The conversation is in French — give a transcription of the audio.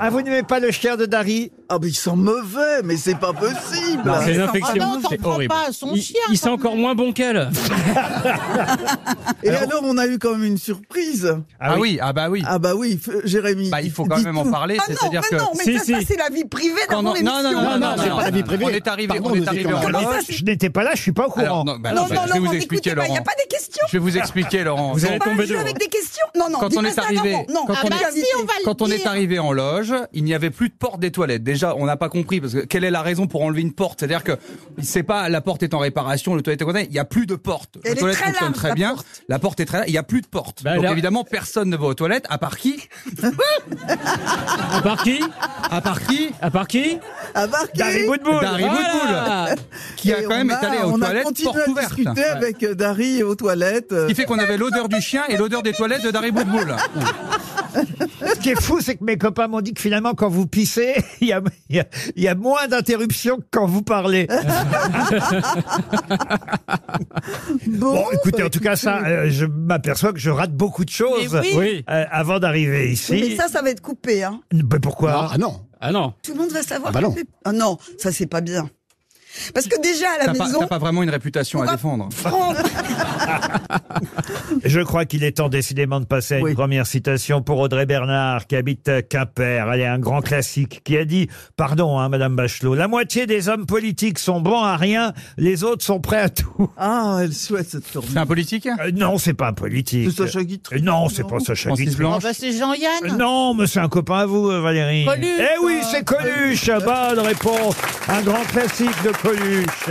Ah, vous n'aimez pas le chien de Dari Ah, mais ils sont mauvais, mais c'est pas possible. Non, Bah, c'est Ah une non, infection, t'en c'est prends horrible. pas à son il chien, il sent quand encore même. moins bon qu'elle. Et alors, on a eu quand même une surprise. Ah oui, ah bah oui. Ah bah oui, f- Jérémy. Bah, il faut quand dis même tout. en parler, Ah non, c'est-à-dire que mais non, mais Si, ça, si. ça, c'est la vie privée dans Quand mon on- non, émission. Ah, non, non, non, non, c'est non, pas la vie non, privée. On est arrivé, Pardon, on nous est arrivé étions en là. Comment Ah, ça, loge. c'est- Je n'étais pas là, je suis pas au courant. Alors, non, bah, Non, non, bah, non, je vais non, vous mais expliquer, écoutez, bah, Il n'y Laurent. a pas des questions. Je vais vous expliquer, Laurent. Vous allez On va tomber jouer de haut. avec des questions. Non, non, Quand dis on pas est ça, arrivé- Laurent. Non, quand ah on bah est- si, on va le Quand on est dire. arrivé en loge, il n'y avait plus de porte des toilettes. Déjà, on n'a pas compris parce que quelle est la raison pour enlever une porte C'est-à-dire que c'est pas la porte est en réparation, le toilette est condamné. Il n'y a plus de porte. Elle le est toilette très fonctionne large, très la bien. porte. La porte est très large. Il n'y a plus de porte. Bah, Donc là- évidemment, personne ne va aux toilettes. À part qui À part qui À part qui À part qui À Barker. Dari Boudboul. Dari Voilà. Boudboul, qui a Ah, Et quand on même a- est allé aux on a toilettes continué porte à ouverte. discuter avec euh, Dari aux toilettes. euh, Ce qui fait qu'on avait l'odeur du chien et l'odeur des toilettes de Dari Boudboul. Ce qui est fou, c'est que mes copains m'ont dit que finalement, quand vous pissez, il y a, il y a- il y a moins d'interruptions que quand vous parlez. Bon, Bon, écoutez, bah, en tout cas, ça, euh, je m'aperçois que je rate beaucoup de choses Mais Oui. euh, avant d'arriver Oui, ici. mais ça, ça va être coupé. Hein. Mais pourquoi Ah non Ah non. Tout le monde va savoir. Ah bah non. que- Ah non, ça, c'est pas bien. Parce que déjà, à la T'as pas, maison, t'as pas vraiment une réputation à défendre. Franck, Je crois qu'il est temps décidément de passer à une Oui. première citation pour Audrey Bernard, qui habite à Quimper. Elle est un grand classique, qui a dit, pardon, hein, Madame Bachelot, la moitié des hommes politiques sont bons à rien, les autres sont prêts à tout. Ah, elle souhaite cette tournée. C'est un politique Euh, non, c'est pas un politique. C'est Sacha Guitry. Euh, Non, c'est pas Sacha Francis Guitry. Blanche. Ah, bah, c'est Jean-Yann. Euh, Non, mais c'est un copain à vous, euh, Valérie. Coluche. Eh oui, c'est Ah, Coluche. Bonne réponse. Un grand classique de Coluche.